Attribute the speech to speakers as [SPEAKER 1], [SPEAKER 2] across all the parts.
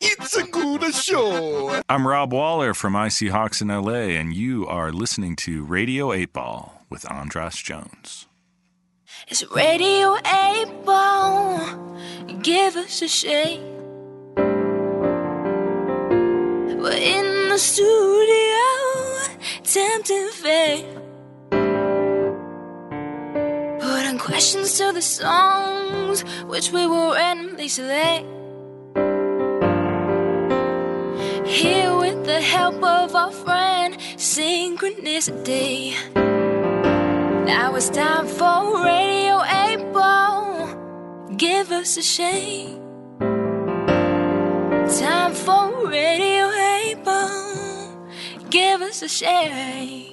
[SPEAKER 1] It's a good show.
[SPEAKER 2] I'm Rob Waller from IC Hawks in LA, and you are listening to Radio 8 Ball with Andras Jones.
[SPEAKER 3] Is radio able to give us a shake? We're in the studio, tempting fate. Putting questions to the songs which we will randomly select. Here with the help of our friend, synchronicity. Now it's time for Radio Able. Give us a shake. Time for Radio Able. Give us a shake.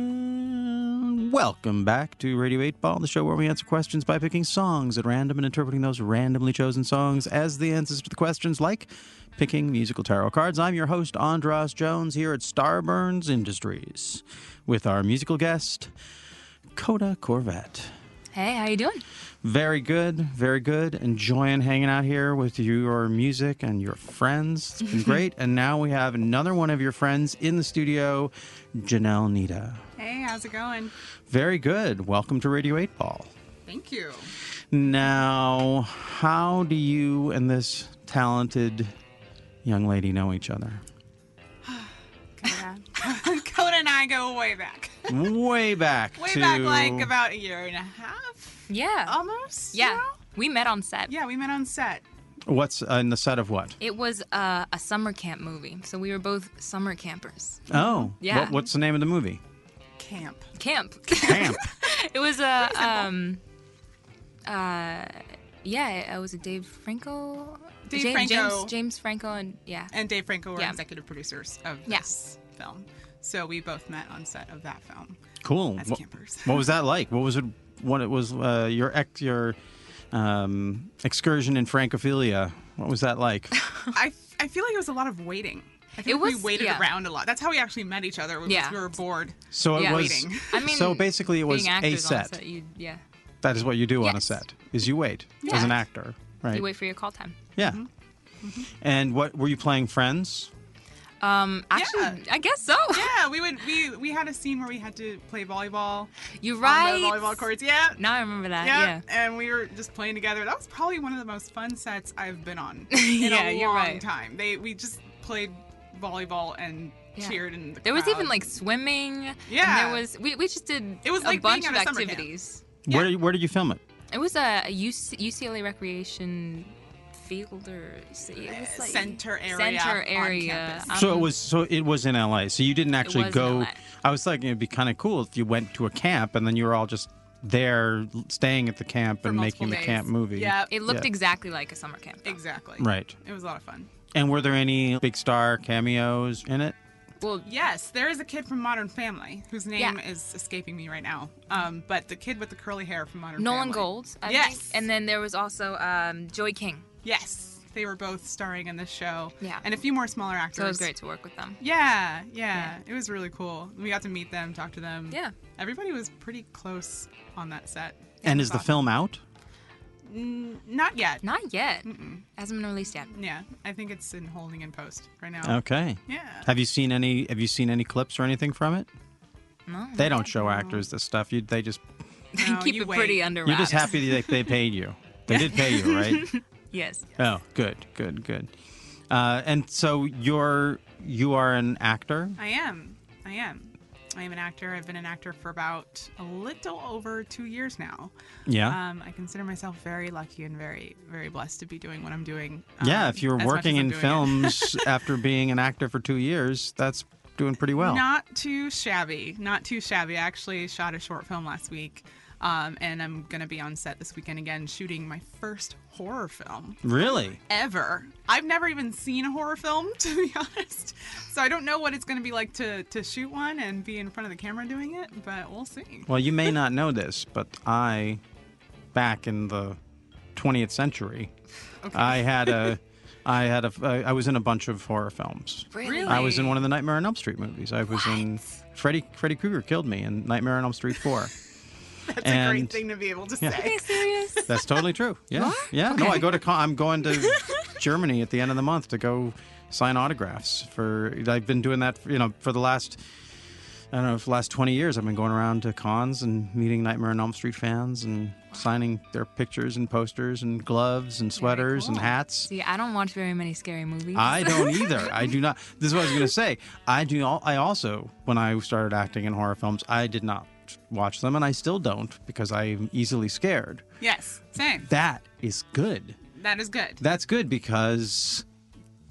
[SPEAKER 4] And welcome back to Radio 8 Ball, the show where we answer questions by picking songs at random and interpreting those randomly chosen songs as the answers to the questions, like picking musical tarot cards. I'm your host, Andras Jones, here at Starburns Industries with our musical guest, Coda Corvette.
[SPEAKER 3] Hey, how you doing?
[SPEAKER 4] Very good, very good. Enjoying hanging out here with your music and your friends. It's been great. And now we have another one of your friends in the studio, Janelle Nita.
[SPEAKER 5] Hey, how's it going?
[SPEAKER 4] Very good. Welcome to Radio 8 Ball.
[SPEAKER 5] Thank you.
[SPEAKER 4] Now, how do you and this talented young lady know each other?
[SPEAKER 5] Coda and I go way back.
[SPEAKER 4] Way back.
[SPEAKER 5] Way
[SPEAKER 4] to-
[SPEAKER 5] back, like about a year and a half
[SPEAKER 6] Yeah.
[SPEAKER 5] almost?
[SPEAKER 6] yeah.
[SPEAKER 5] now?
[SPEAKER 6] We met on set.
[SPEAKER 5] Yeah, we met on set.
[SPEAKER 4] What's uh, in the set of what?
[SPEAKER 6] It was uh, a summer camp movie. So we were both summer campers.
[SPEAKER 4] Oh,
[SPEAKER 6] Yeah.
[SPEAKER 4] what- what's the name of the movie?
[SPEAKER 5] Camp.
[SPEAKER 6] Camp.
[SPEAKER 4] Camp.
[SPEAKER 6] it was a um uh yeah, it uh, was a Dave Franco
[SPEAKER 5] Dave
[SPEAKER 6] Ja-
[SPEAKER 5] Franco.
[SPEAKER 6] James, James Franco and yeah.
[SPEAKER 5] And Dave Franco were
[SPEAKER 6] Yeah.
[SPEAKER 5] executive producers of
[SPEAKER 6] Yeah.
[SPEAKER 5] this film. So we both met on set of that film.
[SPEAKER 4] Cool.
[SPEAKER 5] As
[SPEAKER 4] Wha-
[SPEAKER 5] campers.
[SPEAKER 4] What was that like? What was it? What it was? Uh, your ex, your um, excursion in Francophilia. What was that like?
[SPEAKER 5] I, I feel like it was a lot of waiting. I feel
[SPEAKER 6] It
[SPEAKER 5] like we
[SPEAKER 6] was-
[SPEAKER 5] waited
[SPEAKER 6] yeah.
[SPEAKER 5] around a lot. That's how we actually met each other. was
[SPEAKER 6] Yeah.
[SPEAKER 5] We were bored.
[SPEAKER 4] So it
[SPEAKER 6] Yeah.
[SPEAKER 4] was.
[SPEAKER 5] Waiting.
[SPEAKER 6] I mean
[SPEAKER 4] so basically, it was
[SPEAKER 6] being
[SPEAKER 4] a
[SPEAKER 6] actors on
[SPEAKER 4] set.
[SPEAKER 6] you, yeah.
[SPEAKER 4] That is what you do on a
[SPEAKER 6] Yes.
[SPEAKER 4] set: is you wait as an
[SPEAKER 6] Yeah.
[SPEAKER 4] actor, right?
[SPEAKER 6] You wait for Mm-hmm. your call time.
[SPEAKER 4] Yeah. And what were you playing? Friends.
[SPEAKER 6] Um actually I guess so.
[SPEAKER 5] Yeah, we would we we had a scene where we had to play volleyball.
[SPEAKER 6] You're
[SPEAKER 5] on
[SPEAKER 6] right.
[SPEAKER 5] the volleyball courts. Yeah.
[SPEAKER 6] Now I remember that.
[SPEAKER 5] Yeah,
[SPEAKER 6] Uh, Yeah.
[SPEAKER 5] and we were just playing together. That was probably one of the most fun sets I've been on in
[SPEAKER 6] Yeah,
[SPEAKER 5] a
[SPEAKER 6] you're
[SPEAKER 5] long
[SPEAKER 6] right.
[SPEAKER 5] time. They we just played volleyball and
[SPEAKER 6] Yeah.
[SPEAKER 5] cheered and the
[SPEAKER 6] There was even
[SPEAKER 5] crowd.
[SPEAKER 6] like swimming.
[SPEAKER 5] Um, Yeah.
[SPEAKER 6] And there was we, we just did
[SPEAKER 5] It was
[SPEAKER 6] a
[SPEAKER 5] like being
[SPEAKER 6] bunch
[SPEAKER 5] at
[SPEAKER 6] of
[SPEAKER 5] a summer camp.
[SPEAKER 6] activities.
[SPEAKER 4] Where Where did you film it?
[SPEAKER 6] It was a a UC, UCLA recreation field or c- it was like
[SPEAKER 5] Eh, center area
[SPEAKER 6] Center
[SPEAKER 5] on
[SPEAKER 6] area.
[SPEAKER 5] campus.
[SPEAKER 6] Um,
[SPEAKER 4] so it was. So it was in LA. So you didn't actually
[SPEAKER 6] was in
[SPEAKER 4] go.
[SPEAKER 6] LA.
[SPEAKER 4] I was thinking it'd be kind of cool if you went to a camp and then you were all just there, staying at the camp
[SPEAKER 5] For
[SPEAKER 4] and
[SPEAKER 5] multiple
[SPEAKER 4] making the
[SPEAKER 5] days.
[SPEAKER 4] camp movie.
[SPEAKER 5] Yeah,
[SPEAKER 6] It looked
[SPEAKER 4] Yeah.
[SPEAKER 6] exactly like a summer camp. though.
[SPEAKER 5] exactly.
[SPEAKER 4] Right.
[SPEAKER 5] It was a lot of fun.
[SPEAKER 4] And were there any big star cameos in it?
[SPEAKER 6] Well,
[SPEAKER 5] Yes, there is a kid from Modern Family whose name
[SPEAKER 6] Yeah.
[SPEAKER 5] is escaping me right now. Um, but the kid with the curly hair from Modern
[SPEAKER 6] Nolan
[SPEAKER 5] Family.
[SPEAKER 6] Gold. I
[SPEAKER 5] Yes.
[SPEAKER 6] Think. And then there was also um, Joy King.
[SPEAKER 5] Yes, they were both starring in this show.
[SPEAKER 6] Yeah.
[SPEAKER 5] and a few more smaller actors.
[SPEAKER 6] So it was great to work with them.
[SPEAKER 5] Yeah, yeah, It was really cool. We got to meet them, talk to them.
[SPEAKER 6] Yeah.
[SPEAKER 5] Everybody was pretty close on that set.
[SPEAKER 4] And is the
[SPEAKER 5] Awesome.
[SPEAKER 4] film out?
[SPEAKER 5] Not yet.
[SPEAKER 6] Not yet. Hasn't been released yet.
[SPEAKER 5] Yeah, I think it's in holding in post right now.
[SPEAKER 4] Okay.
[SPEAKER 5] Yeah.
[SPEAKER 4] Have you seen any? Have you seen any clips or anything from it?
[SPEAKER 6] No.
[SPEAKER 4] They don't show actors this stuff. You, they just
[SPEAKER 6] They
[SPEAKER 5] No,
[SPEAKER 6] keep
[SPEAKER 5] you
[SPEAKER 6] it
[SPEAKER 5] wait.
[SPEAKER 6] pretty under
[SPEAKER 4] you're just
[SPEAKER 6] wraps.
[SPEAKER 4] happy that they paid you. They did pay you, right?
[SPEAKER 6] Yes.
[SPEAKER 4] Oh, good, good, good. Uh, and so you're you are an actor.
[SPEAKER 5] I am. I am. I am an actor. I've been an actor for about a little over two years now.
[SPEAKER 4] Yeah.
[SPEAKER 5] Um, I consider myself very lucky and very, very blessed to be doing what I'm doing.
[SPEAKER 4] yeah.
[SPEAKER 5] um,
[SPEAKER 4] If you were
[SPEAKER 5] as much
[SPEAKER 4] working
[SPEAKER 5] as I'm
[SPEAKER 4] in
[SPEAKER 5] doing it.
[SPEAKER 4] films after being an actor for two years, that's doing pretty well.
[SPEAKER 5] Not too shabby. Not too shabby. I actually shot a short film last week. Um, and I'm going to be on set this weekend again shooting my first horror film
[SPEAKER 4] really.
[SPEAKER 5] ever. I've never even seen a horror film, to be honest. So I don't know what it's going to be like to, to shoot one and be in front of the camera doing it, but we'll see.
[SPEAKER 4] Well, you may not know this, but I, back in the 20th century, I had a I had a. I I was in a bunch of horror films.
[SPEAKER 5] Really?
[SPEAKER 4] I was in one of the Nightmare on Elm Street movies. I was in Freddy Freddy Krueger killed me in Nightmare on Elm Street four.
[SPEAKER 5] That's a
[SPEAKER 4] And-
[SPEAKER 5] great thing to be able to
[SPEAKER 4] yeah.
[SPEAKER 5] say.
[SPEAKER 6] serious?
[SPEAKER 4] That's totally true. Yeah, yeah. No, I go to. Con- I'm going to Germany at the end of the month to go sign autographs for. I've been doing that. You know, for the last. I don't know, for the last 20 years, I've been going around to cons and meeting Nightmare on Elm Street fans and signing their pictures and posters and gloves and sweaters and
[SPEAKER 5] cool.
[SPEAKER 4] hats.
[SPEAKER 6] See, I don't watch very many scary movies.
[SPEAKER 4] I don't either. I do not. This is what I was going to say. I do. All, I also, when I started acting in horror films, I did not watch them, and I still don't because I'm easily scared.
[SPEAKER 5] Yes, same.
[SPEAKER 4] That is good.
[SPEAKER 5] That is good.
[SPEAKER 4] That's good because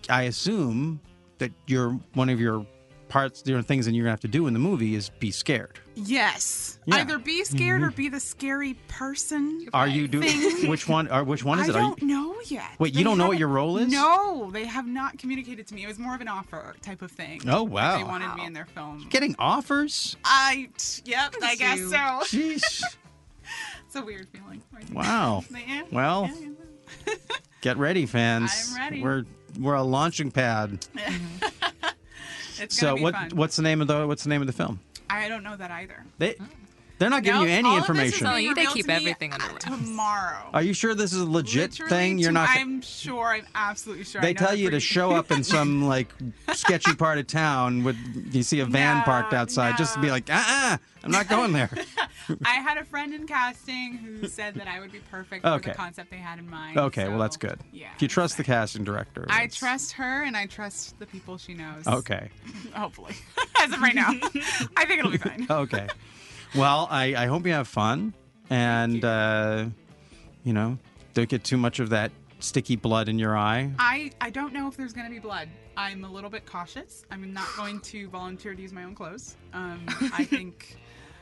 [SPEAKER 4] I assume that your one of your parts, your things, that you're gonna have to do in the movie is be scared.
[SPEAKER 5] yes.
[SPEAKER 4] Yeah. Mm-hmm.
[SPEAKER 5] Either be scared or be the scary person.
[SPEAKER 4] Are you doing
[SPEAKER 5] Thing.
[SPEAKER 4] which one? Or which one is
[SPEAKER 5] I
[SPEAKER 4] it? Are you-
[SPEAKER 5] don't know yet.
[SPEAKER 4] Wait, you
[SPEAKER 5] They
[SPEAKER 4] don't know what your
[SPEAKER 5] haven't-
[SPEAKER 4] role is?
[SPEAKER 5] No, they have not communicated to me. It was more of an offer type of thing.
[SPEAKER 4] Oh,
[SPEAKER 5] Like,
[SPEAKER 4] wow.
[SPEAKER 5] They wanted me in their film.
[SPEAKER 4] getting offers.
[SPEAKER 5] I yep, I guess
[SPEAKER 6] you.
[SPEAKER 5] so.
[SPEAKER 4] Jeez.
[SPEAKER 5] It's a weird feeling. Right there.
[SPEAKER 4] Wow.
[SPEAKER 5] Yeah,
[SPEAKER 4] Well,
[SPEAKER 5] yeah, yeah.
[SPEAKER 4] Get ready, fans.
[SPEAKER 5] I'm ready.
[SPEAKER 4] We're we're a launching pad.
[SPEAKER 5] It's
[SPEAKER 4] So
[SPEAKER 5] gonna be
[SPEAKER 4] what
[SPEAKER 5] fun.
[SPEAKER 4] what's the name of the what's the name of the film?
[SPEAKER 5] I don't know that either.
[SPEAKER 4] They they're not giving
[SPEAKER 5] No,
[SPEAKER 4] you any
[SPEAKER 5] all of this is
[SPEAKER 4] information.
[SPEAKER 5] being
[SPEAKER 6] No, you- they
[SPEAKER 5] revealed
[SPEAKER 6] keep
[SPEAKER 5] to me
[SPEAKER 6] everything under wraps.
[SPEAKER 5] Tomorrow.
[SPEAKER 4] Are you sure this is a legit
[SPEAKER 5] Literally
[SPEAKER 4] thing? You're
[SPEAKER 5] to-
[SPEAKER 4] not.
[SPEAKER 5] I'm sure. I'm absolutely sure. I
[SPEAKER 4] they
[SPEAKER 5] know
[SPEAKER 4] tell
[SPEAKER 5] the
[SPEAKER 4] you to
[SPEAKER 5] breed.
[SPEAKER 4] show up in some like sketchy part of town with you see a van
[SPEAKER 5] No,
[SPEAKER 4] parked outside just to be
[SPEAKER 5] no.
[SPEAKER 4] like, uh-uh, I'm not going there.
[SPEAKER 5] I had a friend in casting who said that I would be perfect for
[SPEAKER 4] Okay.
[SPEAKER 5] the concept they had in mind.
[SPEAKER 4] okay, well that's
[SPEAKER 5] so,
[SPEAKER 4] good.
[SPEAKER 5] Yeah.
[SPEAKER 4] If you trust the casting director.
[SPEAKER 5] I
[SPEAKER 4] that's-
[SPEAKER 5] trust her and I trust the people she knows.
[SPEAKER 4] Okay.
[SPEAKER 5] Hopefully. As of right now. I think it'll be fine.
[SPEAKER 4] Okay. well, I, I hope you have fun and uh, you know, don't get too much of that sticky blood in your eye.
[SPEAKER 5] I, I don't know if there's going to be blood. I'm a little bit cautious. I'm not going to volunteer to use my own clothes. Um, I think.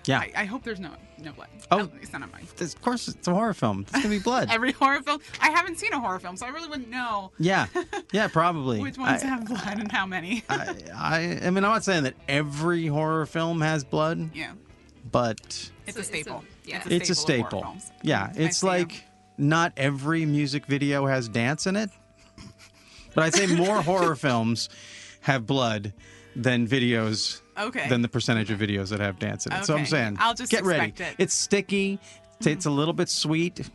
[SPEAKER 4] Yeah.
[SPEAKER 5] I, I hope there's no no blood.
[SPEAKER 4] Oh.
[SPEAKER 5] At least not on mine.
[SPEAKER 4] of course it's a horror film. It's gonna be blood.
[SPEAKER 5] Every horror film. I haven't seen a horror film, so I really wouldn't know
[SPEAKER 4] yeah. Yeah, probably.
[SPEAKER 5] which ones
[SPEAKER 4] I,
[SPEAKER 5] have blood and how many.
[SPEAKER 4] I, I I mean I'm not saying that every horror film has blood,
[SPEAKER 5] yeah.
[SPEAKER 4] but
[SPEAKER 5] It's a
[SPEAKER 6] It's a-
[SPEAKER 5] staple.
[SPEAKER 6] yeah.
[SPEAKER 4] it's a
[SPEAKER 5] of horror
[SPEAKER 4] staple.
[SPEAKER 5] films.
[SPEAKER 4] Yeah,
[SPEAKER 5] I
[SPEAKER 4] it's
[SPEAKER 5] see 'em.
[SPEAKER 4] like not every music video has dance in it, but I'd say more horror films have blood than videos.
[SPEAKER 5] Okay.
[SPEAKER 4] Than the percentage of videos that have dance in it. So I'm
[SPEAKER 5] Okay.
[SPEAKER 4] saying,
[SPEAKER 5] I'll just
[SPEAKER 4] get ready.
[SPEAKER 5] expect it.
[SPEAKER 4] It's sticky. It's a little bit sweet.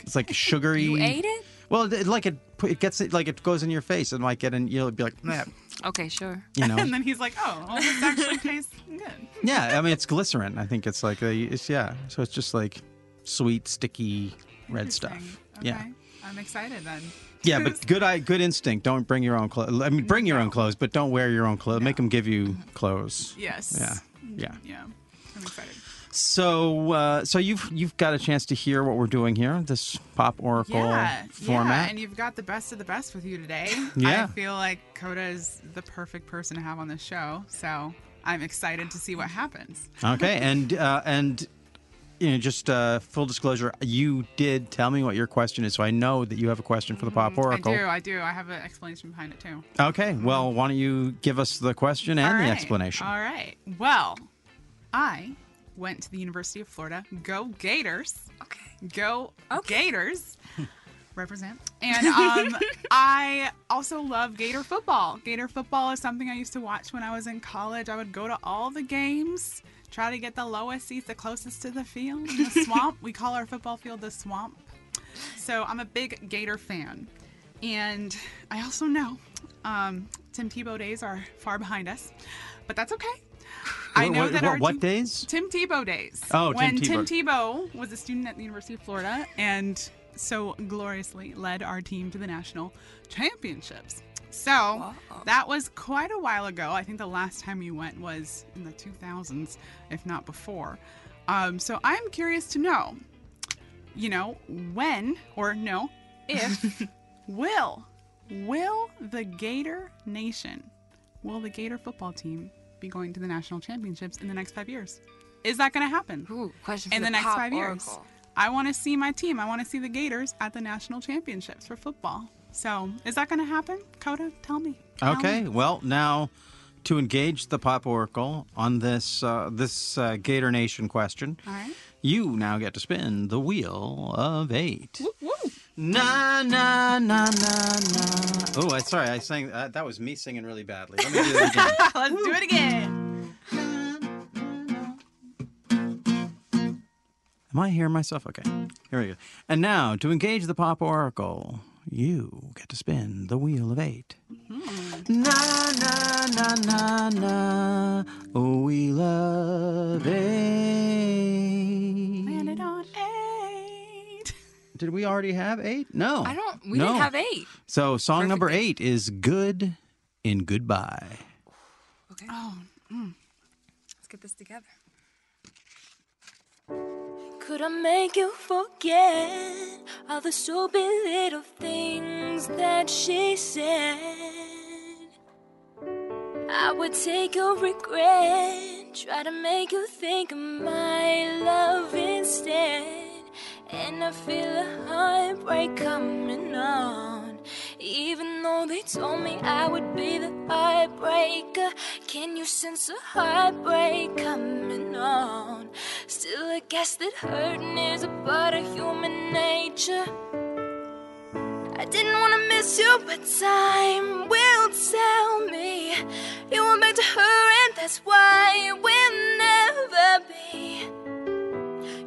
[SPEAKER 4] It's like sugary.
[SPEAKER 6] You ate it?
[SPEAKER 4] Well, it, like it, it gets it like it goes in your face and like get in. You'll be like, "Nah,"
[SPEAKER 6] Okay, sure.
[SPEAKER 4] you know.
[SPEAKER 5] And then he's like, "Oh, well, this actually tastes good."
[SPEAKER 4] yeah, I mean it's glycerin. I think it's like a, it's yeah. So it's just like sweet, sticky red stuff.
[SPEAKER 5] Okay.
[SPEAKER 4] Yeah.
[SPEAKER 5] I'm excited then.
[SPEAKER 4] Yeah, but good eye, good instinct. Don't bring your own clothes. I mean, bring your own clothes, but don't wear your own clothes. Make them give you clothes.
[SPEAKER 5] yes. Mm-hmm.
[SPEAKER 4] Yeah, yeah.
[SPEAKER 5] Yeah. I'm excited.
[SPEAKER 4] So, uh, so you've you've got a chance to hear what we're doing here, this pop oracle
[SPEAKER 5] Yeah, yeah,
[SPEAKER 4] format.
[SPEAKER 5] and you've got the best of the best with you today.
[SPEAKER 4] Yeah.
[SPEAKER 5] I feel like Coda is the perfect person to have on the show, so I'm excited to see what happens.
[SPEAKER 4] okay, and uh, and you know, just uh, full disclosure, you did tell me what your question is, so I know that you have a question for the pop oracle.
[SPEAKER 5] Mm-hmm. I do, I do. I have an explanation behind it too.
[SPEAKER 4] Okay, well, why don't you give us the question and
[SPEAKER 5] All
[SPEAKER 4] the
[SPEAKER 5] right,
[SPEAKER 4] explanation?
[SPEAKER 5] All right. Well, I went to the University of Florida. Go Gators.
[SPEAKER 6] Okay.
[SPEAKER 5] Go
[SPEAKER 6] Okay.
[SPEAKER 5] Gators. Represent. And um, I also love Gator football. Gator football is something I used to watch when I was in college. I would go to all the games, try to get the lowest seats, the closest to the field, in the swamp. we call our football field the swamp. So I'm a big Gator fan. And I also know um, Tim Tebow days are far behind us, but that's okay. I
[SPEAKER 4] Wh-
[SPEAKER 5] know
[SPEAKER 4] wh-
[SPEAKER 5] that
[SPEAKER 4] wh-
[SPEAKER 5] our
[SPEAKER 4] what
[SPEAKER 5] team-
[SPEAKER 4] days?
[SPEAKER 5] Tim Tebow days.
[SPEAKER 4] Oh, Tim
[SPEAKER 5] when
[SPEAKER 4] Tebow.
[SPEAKER 5] Tim Tebow was a student at the University of Florida and so gloriously led our team to the national championships. So that was quite a while ago. I think the last time you went was in the 2000s, if not before. Um, so I'm curious to know, you know, when or no, if will will the Gator Nation, will the Gator football team be going to the national championships in the next five years? Is that going to happen?
[SPEAKER 6] Ooh, question for
[SPEAKER 5] in the, next
[SPEAKER 6] pop
[SPEAKER 5] five years.
[SPEAKER 6] oracle.
[SPEAKER 5] I want to see my team. I want to see the Gators at the national championships for football. So, is that going to happen? Coda, tell me. Tell
[SPEAKER 4] Okay.
[SPEAKER 5] me.
[SPEAKER 4] Well, now to engage the Pop Oracle on this uh, this uh, Gator Nation question,
[SPEAKER 5] All right.
[SPEAKER 4] you now get to spin the wheel of eight.
[SPEAKER 5] Woo.
[SPEAKER 4] Na na na na na. Oh, I sorry, I sang uh, that was me singing really badly. Let me do that again.
[SPEAKER 5] Let's do it again.
[SPEAKER 4] Am I hearing myself? Okay, here we go. And now, to engage the pop oracle, you get to spin the wheel of 8
[SPEAKER 6] Hmm.
[SPEAKER 4] Na na na na na. Oh, wheel of eight.
[SPEAKER 5] Land it on eight.
[SPEAKER 4] Did we already have eight? No.
[SPEAKER 6] I don't. We
[SPEAKER 4] No.
[SPEAKER 6] didn't have eight.
[SPEAKER 4] So, song number
[SPEAKER 6] Perfect
[SPEAKER 4] eight is "Good" in "Goodbye."
[SPEAKER 6] Okay.
[SPEAKER 5] Oh,
[SPEAKER 6] Let's get this together.
[SPEAKER 3] Could I make you forget all the stupid little things that she said? I would take your regret, try to make you think of my love instead. And I feel a heartbreak coming on. Even though they told me I would be the heartbreaker, can you sense a heartbreak coming on? Still, I guess that hurting is a part of human nature. I didn't want to miss you, but time will tell me you went back to her, and that's why we'll never be.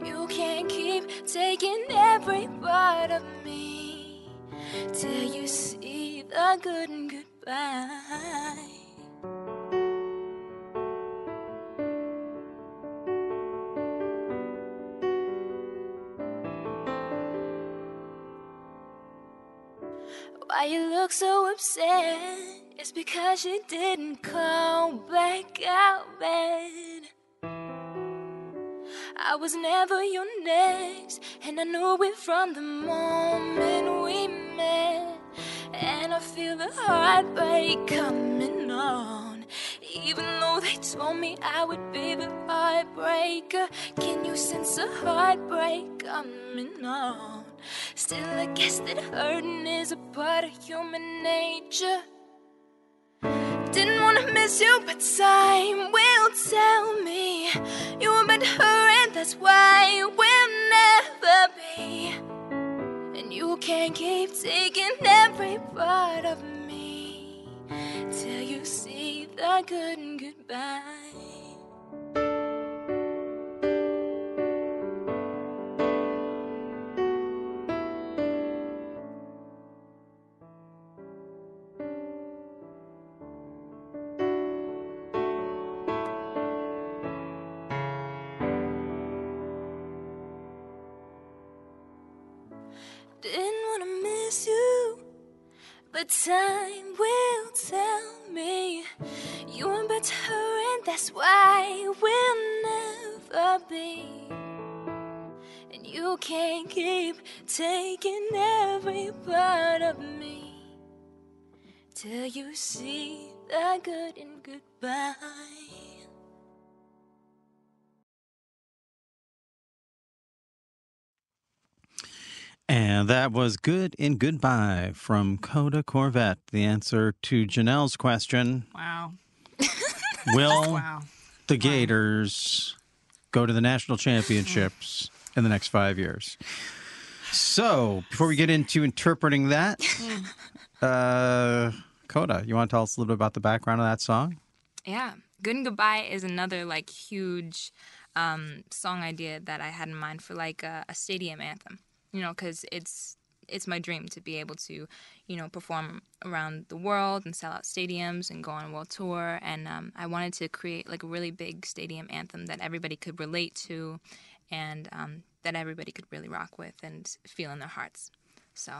[SPEAKER 3] You can't keep taking every part of me till you see the good and goodbye. Why you look so upset? It's because you didn't call back out bed. I was never your next, and I knew it from the moment we met. And I feel the heartbreak coming on. Even though they told me I would be the heartbreaker, can you sense a heartbreak coming on? Still, I guess that hurting is a part of human nature. Didn't wanna miss you, but time will tell me you were meant to her, and that's why we'll never be. And you can't keep taking every part of me till you see the good and goodbye. Didn't wanna miss you, but time will tell me you were better, and that's why we'll never be. And you can't keep taking every part of me till you see the good in goodbye.
[SPEAKER 4] And that was Good in Goodbye from Coda Corvette. The answer to Janelle's question
[SPEAKER 5] wow.
[SPEAKER 4] Will
[SPEAKER 5] Wow.
[SPEAKER 4] the Gators go to the national championships in the next five years? So, before we get into interpreting that, uh, Coda, you want to tell us a little bit about the background of that song?
[SPEAKER 6] Yeah. Good and Goodbye is another like huge um, song idea that I had in mind for like a, a stadium anthem. You know, because it's it's my dream to be able to, you know, perform around the world and sell out stadiums and go on a world tour. And um, I wanted to create like a really big stadium anthem that everybody could relate to, and um, that everybody could really rock with and feel in their hearts. So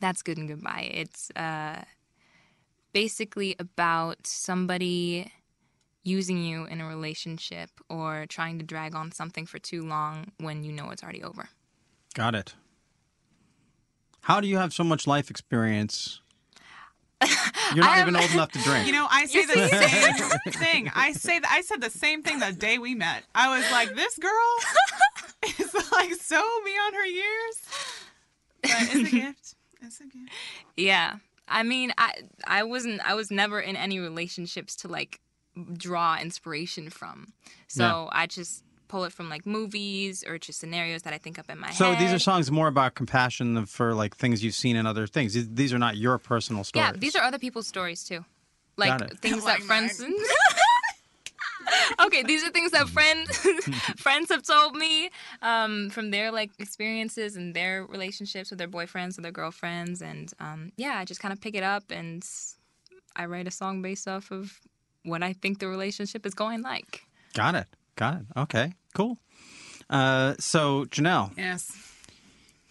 [SPEAKER 6] that's good and goodbye. It's uh, basically about somebody using you in a relationship or trying to drag on something for too long when you know it's already over.
[SPEAKER 4] Got it. How do you have so much life experience? You're not
[SPEAKER 6] I
[SPEAKER 4] even
[SPEAKER 6] am-
[SPEAKER 4] old enough to drink.
[SPEAKER 5] You know, I say the same thing. I say that I said the same thing the day we met. I was like, this girl is like so beyond her years. But it's a gift. It's a gift.
[SPEAKER 6] Yeah. I mean, I I wasn't I was never in any relationships to like draw inspiration from. So I just pull it from like movies or just scenarios that I think up in my
[SPEAKER 4] So
[SPEAKER 6] head.
[SPEAKER 4] these are songs more about compassion for like things you've seen in other things. These- These are not your personal stories.
[SPEAKER 6] yeah, these are other people's stories too,
[SPEAKER 4] Got
[SPEAKER 6] like
[SPEAKER 4] it.
[SPEAKER 6] things
[SPEAKER 5] Like
[SPEAKER 6] that friends. okay, these are things that friends friends have told me um, from their like experiences and their relationships with their boyfriends or their girlfriends, and um, yeah, I just kind of pick it up and I write a song based off of what I think the relationship is going like.
[SPEAKER 4] Got it. Got it. Okay. Cool. Uh, so Janelle,
[SPEAKER 5] Yes.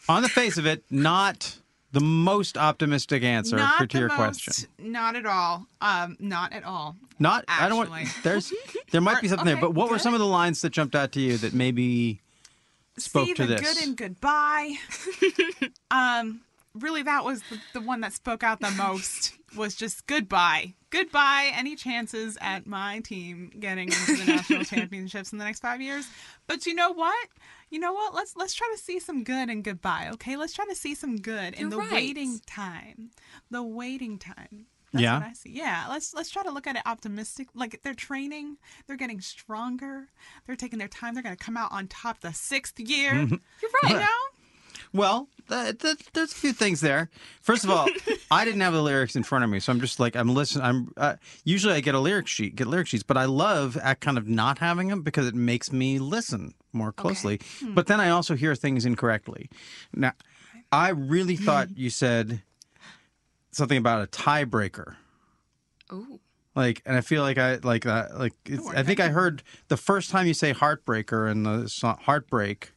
[SPEAKER 4] on the face of it, not the most optimistic answer for, to
[SPEAKER 5] the
[SPEAKER 4] your
[SPEAKER 5] most-
[SPEAKER 4] question.
[SPEAKER 5] Not at all. Um, not at all.
[SPEAKER 4] Not. I don't want.
[SPEAKER 5] actually.
[SPEAKER 4] There's. There might be something there.
[SPEAKER 5] Okay,
[SPEAKER 4] But what were
[SPEAKER 5] good.
[SPEAKER 4] some of the lines that jumped out to you that maybe spoke
[SPEAKER 5] See
[SPEAKER 4] to
[SPEAKER 5] the
[SPEAKER 4] this?
[SPEAKER 5] good and goodbye. um, really, that was the, the one that spoke out the most. Was just goodbye, goodbye. Any chances at my team getting into the national championships in the next five years? But you know what? You know what? Let's let's try to see some good and goodbye. Okay, let's try to see some good in
[SPEAKER 6] You're
[SPEAKER 5] the
[SPEAKER 6] right.
[SPEAKER 5] waiting time. The waiting time. That's
[SPEAKER 4] Yeah.
[SPEAKER 5] what I see. Yeah, let's let's try to look at it optimistic. Like they're training, they're getting stronger, they're taking their time. They're gonna come out on top the sixth year. You're right. You know?
[SPEAKER 4] Well, th- th- there's a few things there. First of all, I didn't have the lyrics in front of me, so I'm just like I'm listening. I'm uh, usually I get a lyric sheet, get lyric sheets, but I love at kind of not having them because it makes me listen more closely. But then I also hear things incorrectly. Now, I really thought you said something about a tiebreaker.
[SPEAKER 6] Ooh,
[SPEAKER 4] Like, and I feel like I like that. Like, it's, I think I heard the first time you say "heartbreaker" in the song "Heartbreak."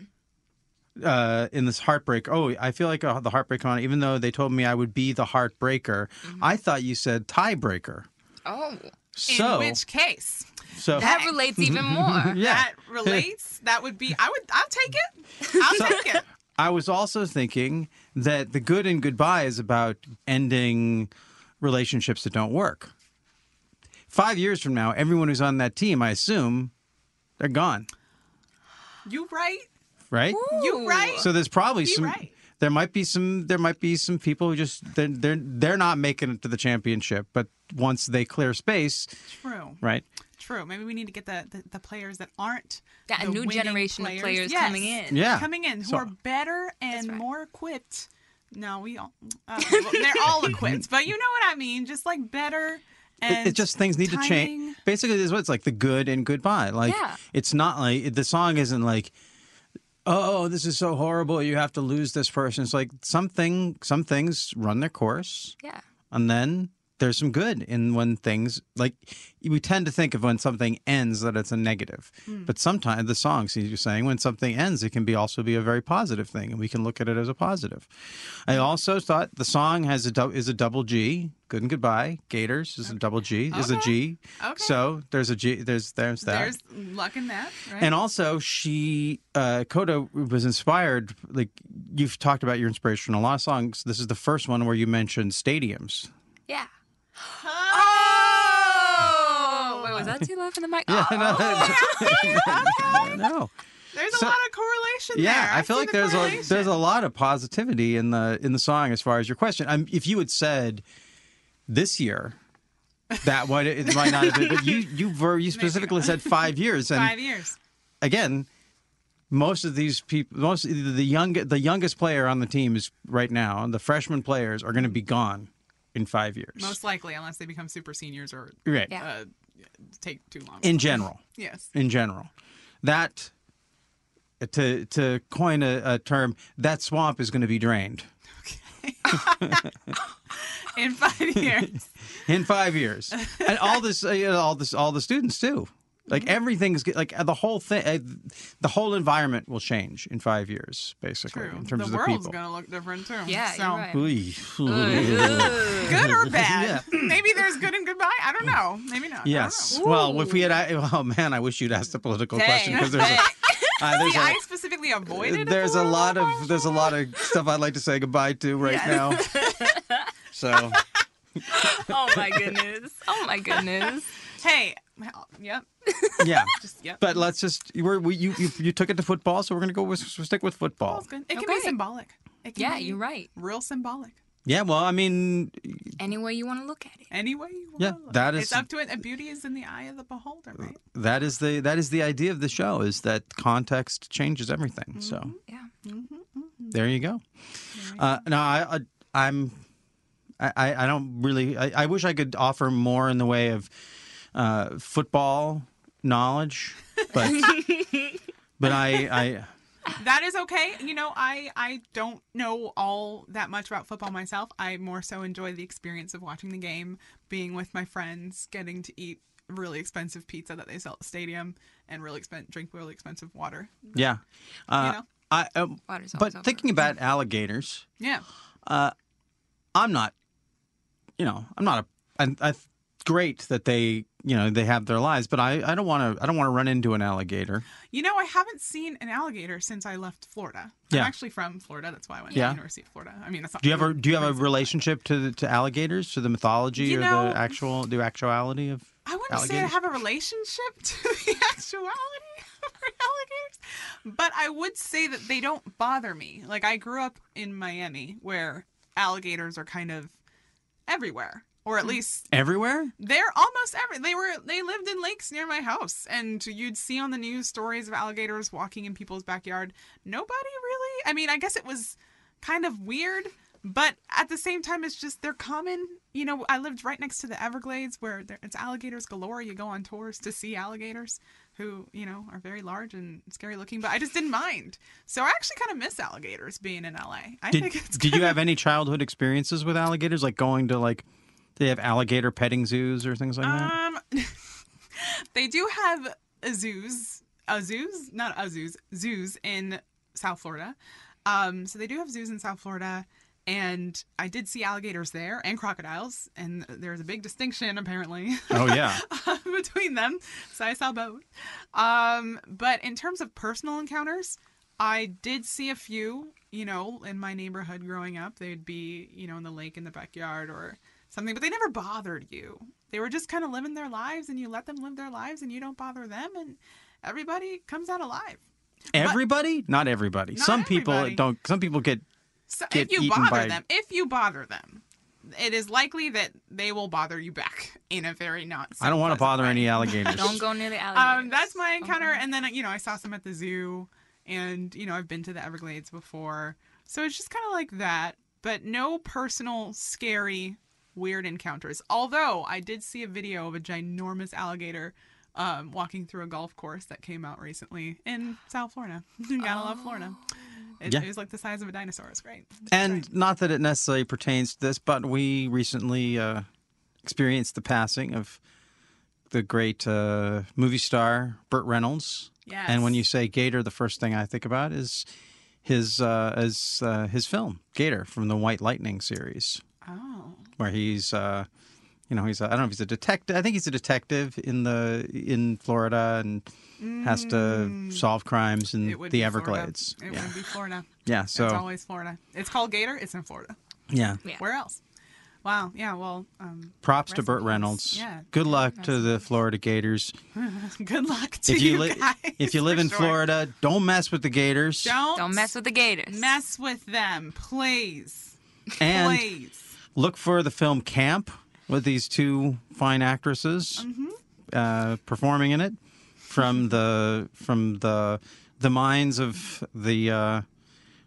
[SPEAKER 5] Mm-hmm.
[SPEAKER 4] Uh, in this heartbreak, oh, I feel like uh, the heartbreak on. Even though they told me I would be the heartbreaker,
[SPEAKER 5] Mm-hmm.
[SPEAKER 4] I thought you said tiebreaker.
[SPEAKER 6] oh,
[SPEAKER 4] So,
[SPEAKER 5] In which case,
[SPEAKER 4] so
[SPEAKER 6] that relates even more.
[SPEAKER 4] yeah,
[SPEAKER 5] that relates. that would be. I would. I'll take it. I'll take it.
[SPEAKER 4] I was also thinking that the good and goodbye is about ending relationships that don't work. Five years from now, everyone who's on that team, I assume, they're gone,
[SPEAKER 5] You right.
[SPEAKER 4] right?
[SPEAKER 5] You right.
[SPEAKER 4] So there's probably
[SPEAKER 5] Be
[SPEAKER 4] some.
[SPEAKER 5] right.
[SPEAKER 4] There might be some. There might be some people who just they're, they're they're not making it to the championship. But once they clear space,
[SPEAKER 5] True.
[SPEAKER 4] right?
[SPEAKER 5] True. Maybe we need to get the the, the players that aren't
[SPEAKER 6] Got a
[SPEAKER 5] the
[SPEAKER 6] new
[SPEAKER 5] winning
[SPEAKER 6] generation of players
[SPEAKER 5] Yes.
[SPEAKER 6] coming in.
[SPEAKER 4] Yeah.
[SPEAKER 5] coming in who
[SPEAKER 4] So-
[SPEAKER 5] are better and
[SPEAKER 6] right.
[SPEAKER 5] more equipped. No, we all uh, well, they're all equipped, but you know what I mean. Just like better and
[SPEAKER 4] It, it just things need to
[SPEAKER 5] timing.
[SPEAKER 4] change. Basically, this is what it's like the good and goodbye. Like
[SPEAKER 6] Yeah.
[SPEAKER 4] it's not like the song isn't like, oh, this is so horrible. You have to lose this person. It's like something. Some things run their course.
[SPEAKER 6] Yeah.
[SPEAKER 4] and then there's some good in when things like we tend to think of when something ends that it's a negative
[SPEAKER 5] Hmm.
[SPEAKER 4] but sometimes the songs you're saying when something ends it can be also be a very positive thing and we can look at it as a positive i
[SPEAKER 5] Hmm.
[SPEAKER 4] also thought the song has a dou- is a double g good and goodbye gators is a double g is a g
[SPEAKER 5] Okay.
[SPEAKER 4] so there's a g there's there's that
[SPEAKER 5] There's luck in that, right?
[SPEAKER 4] and also, she uh, Coda was inspired. Like you've talked about your inspiration in a lot of songs. This is the first one where you mentioned stadiums.
[SPEAKER 6] Yeah. Oh! Wait, was that too loud for the mic? Oh,
[SPEAKER 4] no.
[SPEAKER 5] there's
[SPEAKER 4] so-
[SPEAKER 5] a lot of correlation
[SPEAKER 4] Yeah,
[SPEAKER 5] there.
[SPEAKER 4] I feel
[SPEAKER 5] see
[SPEAKER 4] like
[SPEAKER 5] the
[SPEAKER 4] there's a
[SPEAKER 5] correlation.
[SPEAKER 4] there's a lot of positivity in the in the song as far as your question. Um if you had said this year, that what it might not have been, but you you ver, you specifically said five years, and
[SPEAKER 5] five years.
[SPEAKER 4] again, most of these people, most the the young the youngest player on the team is right now, and the freshman players are going to be gone in five years.
[SPEAKER 5] Most likely, unless they become super seniors or
[SPEAKER 4] right.
[SPEAKER 6] Yeah.
[SPEAKER 5] uh, take too long.
[SPEAKER 4] In general.
[SPEAKER 5] yes.
[SPEAKER 4] in general. That to to coin a, a term, that swamp is going to be drained
[SPEAKER 5] In five years.
[SPEAKER 4] in five years, and all this, uh, you know, all this, all the students too. Like everything's get- like uh, the whole thing, uh, the whole environment will change in five years, basically,
[SPEAKER 5] True.
[SPEAKER 4] in terms
[SPEAKER 5] the
[SPEAKER 4] of the
[SPEAKER 5] world's
[SPEAKER 4] people.
[SPEAKER 5] going to look different, too.
[SPEAKER 6] Yeah,
[SPEAKER 5] so.
[SPEAKER 6] you're right.
[SPEAKER 4] Ooh.
[SPEAKER 5] Good or bad? Maybe there's good and goodbye. I don't know. Maybe not. I don't
[SPEAKER 4] yes.
[SPEAKER 5] know.
[SPEAKER 4] Well, if we had, I, oh man, I wish you'd asked a political question because there's a, uh, there's
[SPEAKER 5] See,
[SPEAKER 4] a
[SPEAKER 5] I specifically avoided.
[SPEAKER 4] there's a
[SPEAKER 5] political
[SPEAKER 4] lot of
[SPEAKER 5] question.
[SPEAKER 4] there's a lot of stuff I'd like to say goodbye to right now. So
[SPEAKER 6] oh my goodness. Oh my goodness.
[SPEAKER 5] Hey, well, yep,
[SPEAKER 4] yeah,
[SPEAKER 5] just yep.
[SPEAKER 4] but let's just we're, we you, you you took it to football, so we're gonna go with we'll stick with football.
[SPEAKER 5] That's good. It can
[SPEAKER 6] Okay.
[SPEAKER 5] be symbolic. It can
[SPEAKER 6] Yeah,
[SPEAKER 5] be
[SPEAKER 6] you're right.
[SPEAKER 5] Real symbolic.
[SPEAKER 4] Yeah, well, I mean,
[SPEAKER 6] Any way you want to look at it.
[SPEAKER 5] Any way you want.
[SPEAKER 4] Yeah, that is-
[SPEAKER 5] It's up to it. And beauty is in the eye of the beholder, right?
[SPEAKER 4] that is the that is the idea of the show is that context changes everything. So
[SPEAKER 6] Yeah.
[SPEAKER 5] Mm-hmm.
[SPEAKER 4] there you go. Uh, no, I, I I'm I- I I don't really. I, I wish I could offer more in the way of uh, football knowledge, but but I
[SPEAKER 5] That is okay. You know, I I don't know all that much about football myself. I more so enjoy the experience of watching the game, being with my friends, getting to eat really expensive pizza that they sell at the stadium, and really expen- drink really expensive water.
[SPEAKER 4] I yeah. Uh,
[SPEAKER 5] know.
[SPEAKER 4] I um,
[SPEAKER 6] Water's always
[SPEAKER 4] but thinking about alligators.
[SPEAKER 5] Yeah,
[SPEAKER 4] Uh, I'm not, you know, I'm not a. I, I great that they, you know, they have their lives, but I, I don't want to, I don't want to run into an alligator.
[SPEAKER 5] you know, I haven't seen an alligator since I left Florida.
[SPEAKER 4] Yeah.
[SPEAKER 5] I'm actually from Florida. That's why I went to
[SPEAKER 4] Yeah.
[SPEAKER 5] the University of Florida. I mean, that's not
[SPEAKER 4] Do you ever, do you have a relationship to the, to alligators, to the mythology
[SPEAKER 5] You
[SPEAKER 4] or
[SPEAKER 5] know-
[SPEAKER 4] the actual, the actuality of?
[SPEAKER 5] I wouldn't say I
[SPEAKER 4] Alligators?
[SPEAKER 5] have a relationship to the actuality of alligators, but I would say that they don't bother me. Like I grew up in Miami where alligators are kind of everywhere. Or
[SPEAKER 4] Hmm.
[SPEAKER 5] at least
[SPEAKER 4] Everywhere?
[SPEAKER 5] they're almost every they were they lived in lakes near my house and you'd see on the news stories of alligators walking in people's backyard. Nobody really I mean, I guess it was kind of weird, but at the same time it's just they're common. You know, I lived right next to the Everglades where there, it's alligators galore. You go on tours to see alligators who, you know, are very large and scary looking, but I just didn't mind. So I actually kind of miss alligators being in LA. I
[SPEAKER 4] Did,
[SPEAKER 5] think it's
[SPEAKER 4] did you have any childhood experiences with alligators? Like going to like, do they have alligator petting zoos or things like that?
[SPEAKER 5] Um, they do have a zoos, a zoos, not a zoos, zoos in South Florida. Um, so they do have zoos in South Florida, and I did see alligators there and crocodiles, and there's a big distinction apparently
[SPEAKER 4] Oh yeah.
[SPEAKER 5] between them. So I saw both. Um, but in terms of personal encounters, I did see a few, you know, in my neighborhood growing up. They'd be, you know, in the lake in the backyard or something, but they never bothered you. They were just kind of living their lives and you let them live their lives and you don't bother them and everybody comes out alive.
[SPEAKER 4] Everybody? Not everybody.
[SPEAKER 5] Not
[SPEAKER 4] some people
[SPEAKER 5] everybody.
[SPEAKER 4] don't. Some people get.
[SPEAKER 5] So
[SPEAKER 4] Get
[SPEAKER 5] if you
[SPEAKER 4] eaten
[SPEAKER 5] bother
[SPEAKER 4] by-
[SPEAKER 5] them, if you bother them, it is likely that they will bother you back in a very not.
[SPEAKER 4] I don't want to
[SPEAKER 5] pleasant
[SPEAKER 4] bother
[SPEAKER 5] way.
[SPEAKER 4] any alligators.
[SPEAKER 6] Don't go near the alligators.
[SPEAKER 5] um, that's my
[SPEAKER 6] Don't go
[SPEAKER 5] encounter.
[SPEAKER 6] near-
[SPEAKER 5] And then, uh, you know, I saw some at the zoo and, you know, I've been to the Everglades before. So it's just kind of like that, but no personal, scary, weird encounters. Although I did see a video of a ginormous alligator um, walking through a golf course that came out recently in South Florida. Gotta love Florida. It,
[SPEAKER 4] Yeah.
[SPEAKER 5] it was like the size of a dinosaur. It's great.
[SPEAKER 4] And not that it necessarily pertains to this, but we recently uh, experienced the passing of the great uh, movie star Burt Reynolds.
[SPEAKER 5] Yes.
[SPEAKER 4] And when you say Gator, the first thing I think about is his uh, is uh, his film Gator from the White Lightning series,
[SPEAKER 5] Oh.
[SPEAKER 4] where he's uh, you know he's I I don't know if he's a detective. I think he's a detective in the in Florida and has to solve crimes in
[SPEAKER 5] Mm. It would
[SPEAKER 4] the
[SPEAKER 5] be
[SPEAKER 4] Everglades.
[SPEAKER 5] Florida. It
[SPEAKER 4] yeah.
[SPEAKER 5] would be Florida.
[SPEAKER 4] yeah. So
[SPEAKER 5] it's always Florida. It's called Gator. It's in Florida.
[SPEAKER 4] yeah.
[SPEAKER 6] Yeah.
[SPEAKER 5] Where else? Wow. Yeah. Well, um,
[SPEAKER 4] Props to
[SPEAKER 6] Rest
[SPEAKER 4] Burt
[SPEAKER 6] in peace.
[SPEAKER 4] Reynolds.
[SPEAKER 5] Yeah.
[SPEAKER 4] Good luck to the Florida Gators.
[SPEAKER 5] good luck to
[SPEAKER 4] If
[SPEAKER 5] you,
[SPEAKER 4] you, li-
[SPEAKER 5] guys.
[SPEAKER 4] if you live
[SPEAKER 5] for
[SPEAKER 4] in
[SPEAKER 5] sure.
[SPEAKER 4] Florida, don't mess with the Gators.
[SPEAKER 5] don't,
[SPEAKER 6] Don't mess with the gators.
[SPEAKER 5] mess with them, please,
[SPEAKER 4] and
[SPEAKER 5] please.
[SPEAKER 4] look for the film Camp with these two fine actresses
[SPEAKER 5] Mm-hmm.
[SPEAKER 4] uh, performing in it from the from the the minds of the uh,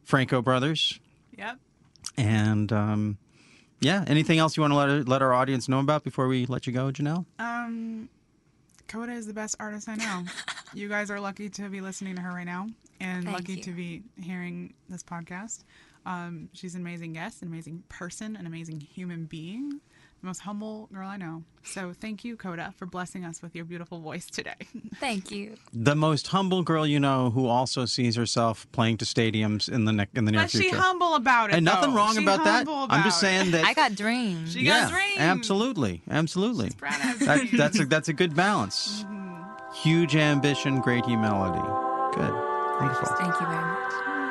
[SPEAKER 4] Franco brothers.
[SPEAKER 5] Yep.
[SPEAKER 4] And um, yeah, anything else you want to let let our audience know about before we let you go, Janelle?
[SPEAKER 5] Um, Coda is the best artist I know. you guys are lucky to be listening to her right now, and
[SPEAKER 6] Thank
[SPEAKER 5] lucky
[SPEAKER 6] you.
[SPEAKER 5] to be hearing this podcast. Um, she's an amazing guest, an amazing person, an amazing human being, the most humble girl I know. So thank you, Coda, for blessing us with your beautiful voice today.
[SPEAKER 6] Thank you.
[SPEAKER 4] the most humble girl you know who also sees herself playing to stadiums in the ne- in the near
[SPEAKER 5] But she
[SPEAKER 4] future.
[SPEAKER 5] humble about it.
[SPEAKER 4] and nothing
[SPEAKER 5] though.
[SPEAKER 4] wrong
[SPEAKER 5] She
[SPEAKER 4] about that.
[SPEAKER 5] humble
[SPEAKER 4] I'm just
[SPEAKER 5] about it.
[SPEAKER 4] saying that.
[SPEAKER 6] I got dreams.
[SPEAKER 5] She
[SPEAKER 4] yeah,
[SPEAKER 5] got dreams.
[SPEAKER 4] absolutely, absolutely.
[SPEAKER 5] Proud of
[SPEAKER 4] That,
[SPEAKER 5] you.
[SPEAKER 4] that's a that's a good balance.
[SPEAKER 7] Mm-hmm.
[SPEAKER 4] Huge ambition, great humility. Good, wonderful.
[SPEAKER 6] Thank you very much.